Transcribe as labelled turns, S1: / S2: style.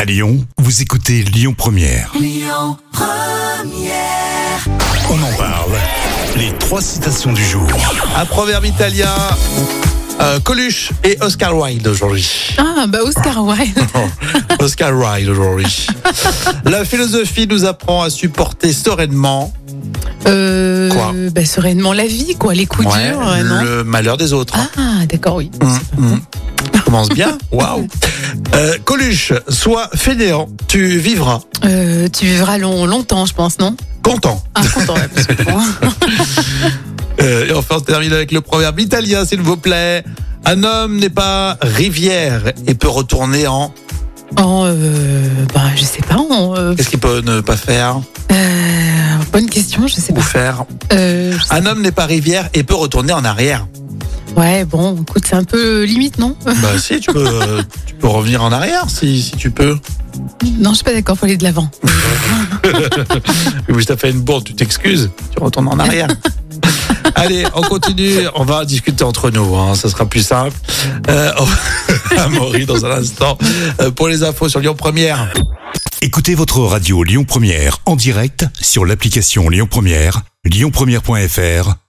S1: À Lyon, vous écoutez Lyon Première. On en parle. Les trois citations du jour.
S2: Un proverbe italien. euh, Coluche et Oscar Wilde aujourd'hui.
S3: Ah, bah Oscar Wilde.
S2: Oscar Wilde aujourd'hui. La philosophie nous apprend à supporter sereinement
S3: Euh,
S2: Quoi
S3: bah, sereinement la vie, quoi, les coups
S2: ouais,
S3: durs, euh, non
S2: le malheur des autres.
S3: Ah, d'accord, oui.
S2: Hum, hum. Commence bien. Waouh. Euh, Coluche, sois fainéant, tu vivras
S3: Euh, tu vivras long, longtemps, je pense, non
S2: content.
S3: Ah, content, ouais, parce que bon.
S2: Euh, et enfin, on termine avec le proverbe italien, s'il vous plaît. Un homme n'est pas rivière et peut retourner en.
S3: En, euh, bah, je sais pas, en, euh,
S2: Qu'est-ce qu'il peut ne pas faire
S3: euh, bonne question, je sais
S2: ou
S3: pas.
S2: faire
S3: Euh, je sais-
S2: Un homme n'est pas rivière et peut retourner en arrière.
S3: ouais, bon, écoute, c'est un peu limite, non
S2: Bah si, tu peux, euh, tu peux revenir en arrière si, si tu peux.
S3: Non, je suis pas d'accord, faut aller de l'avant.
S2: Oui, je t'ai fait une bourde, tu t'excuses, tu retournes en arrière. Allez, on continue, on va discuter entre nous, hein, ça sera plus simple. Euh, on- Amaury dans un instant euh, pour les infos sur Lyon Première.
S1: Écoutez votre radio Lyon Première en direct sur l'application Lyon Première, lyonpremière.fr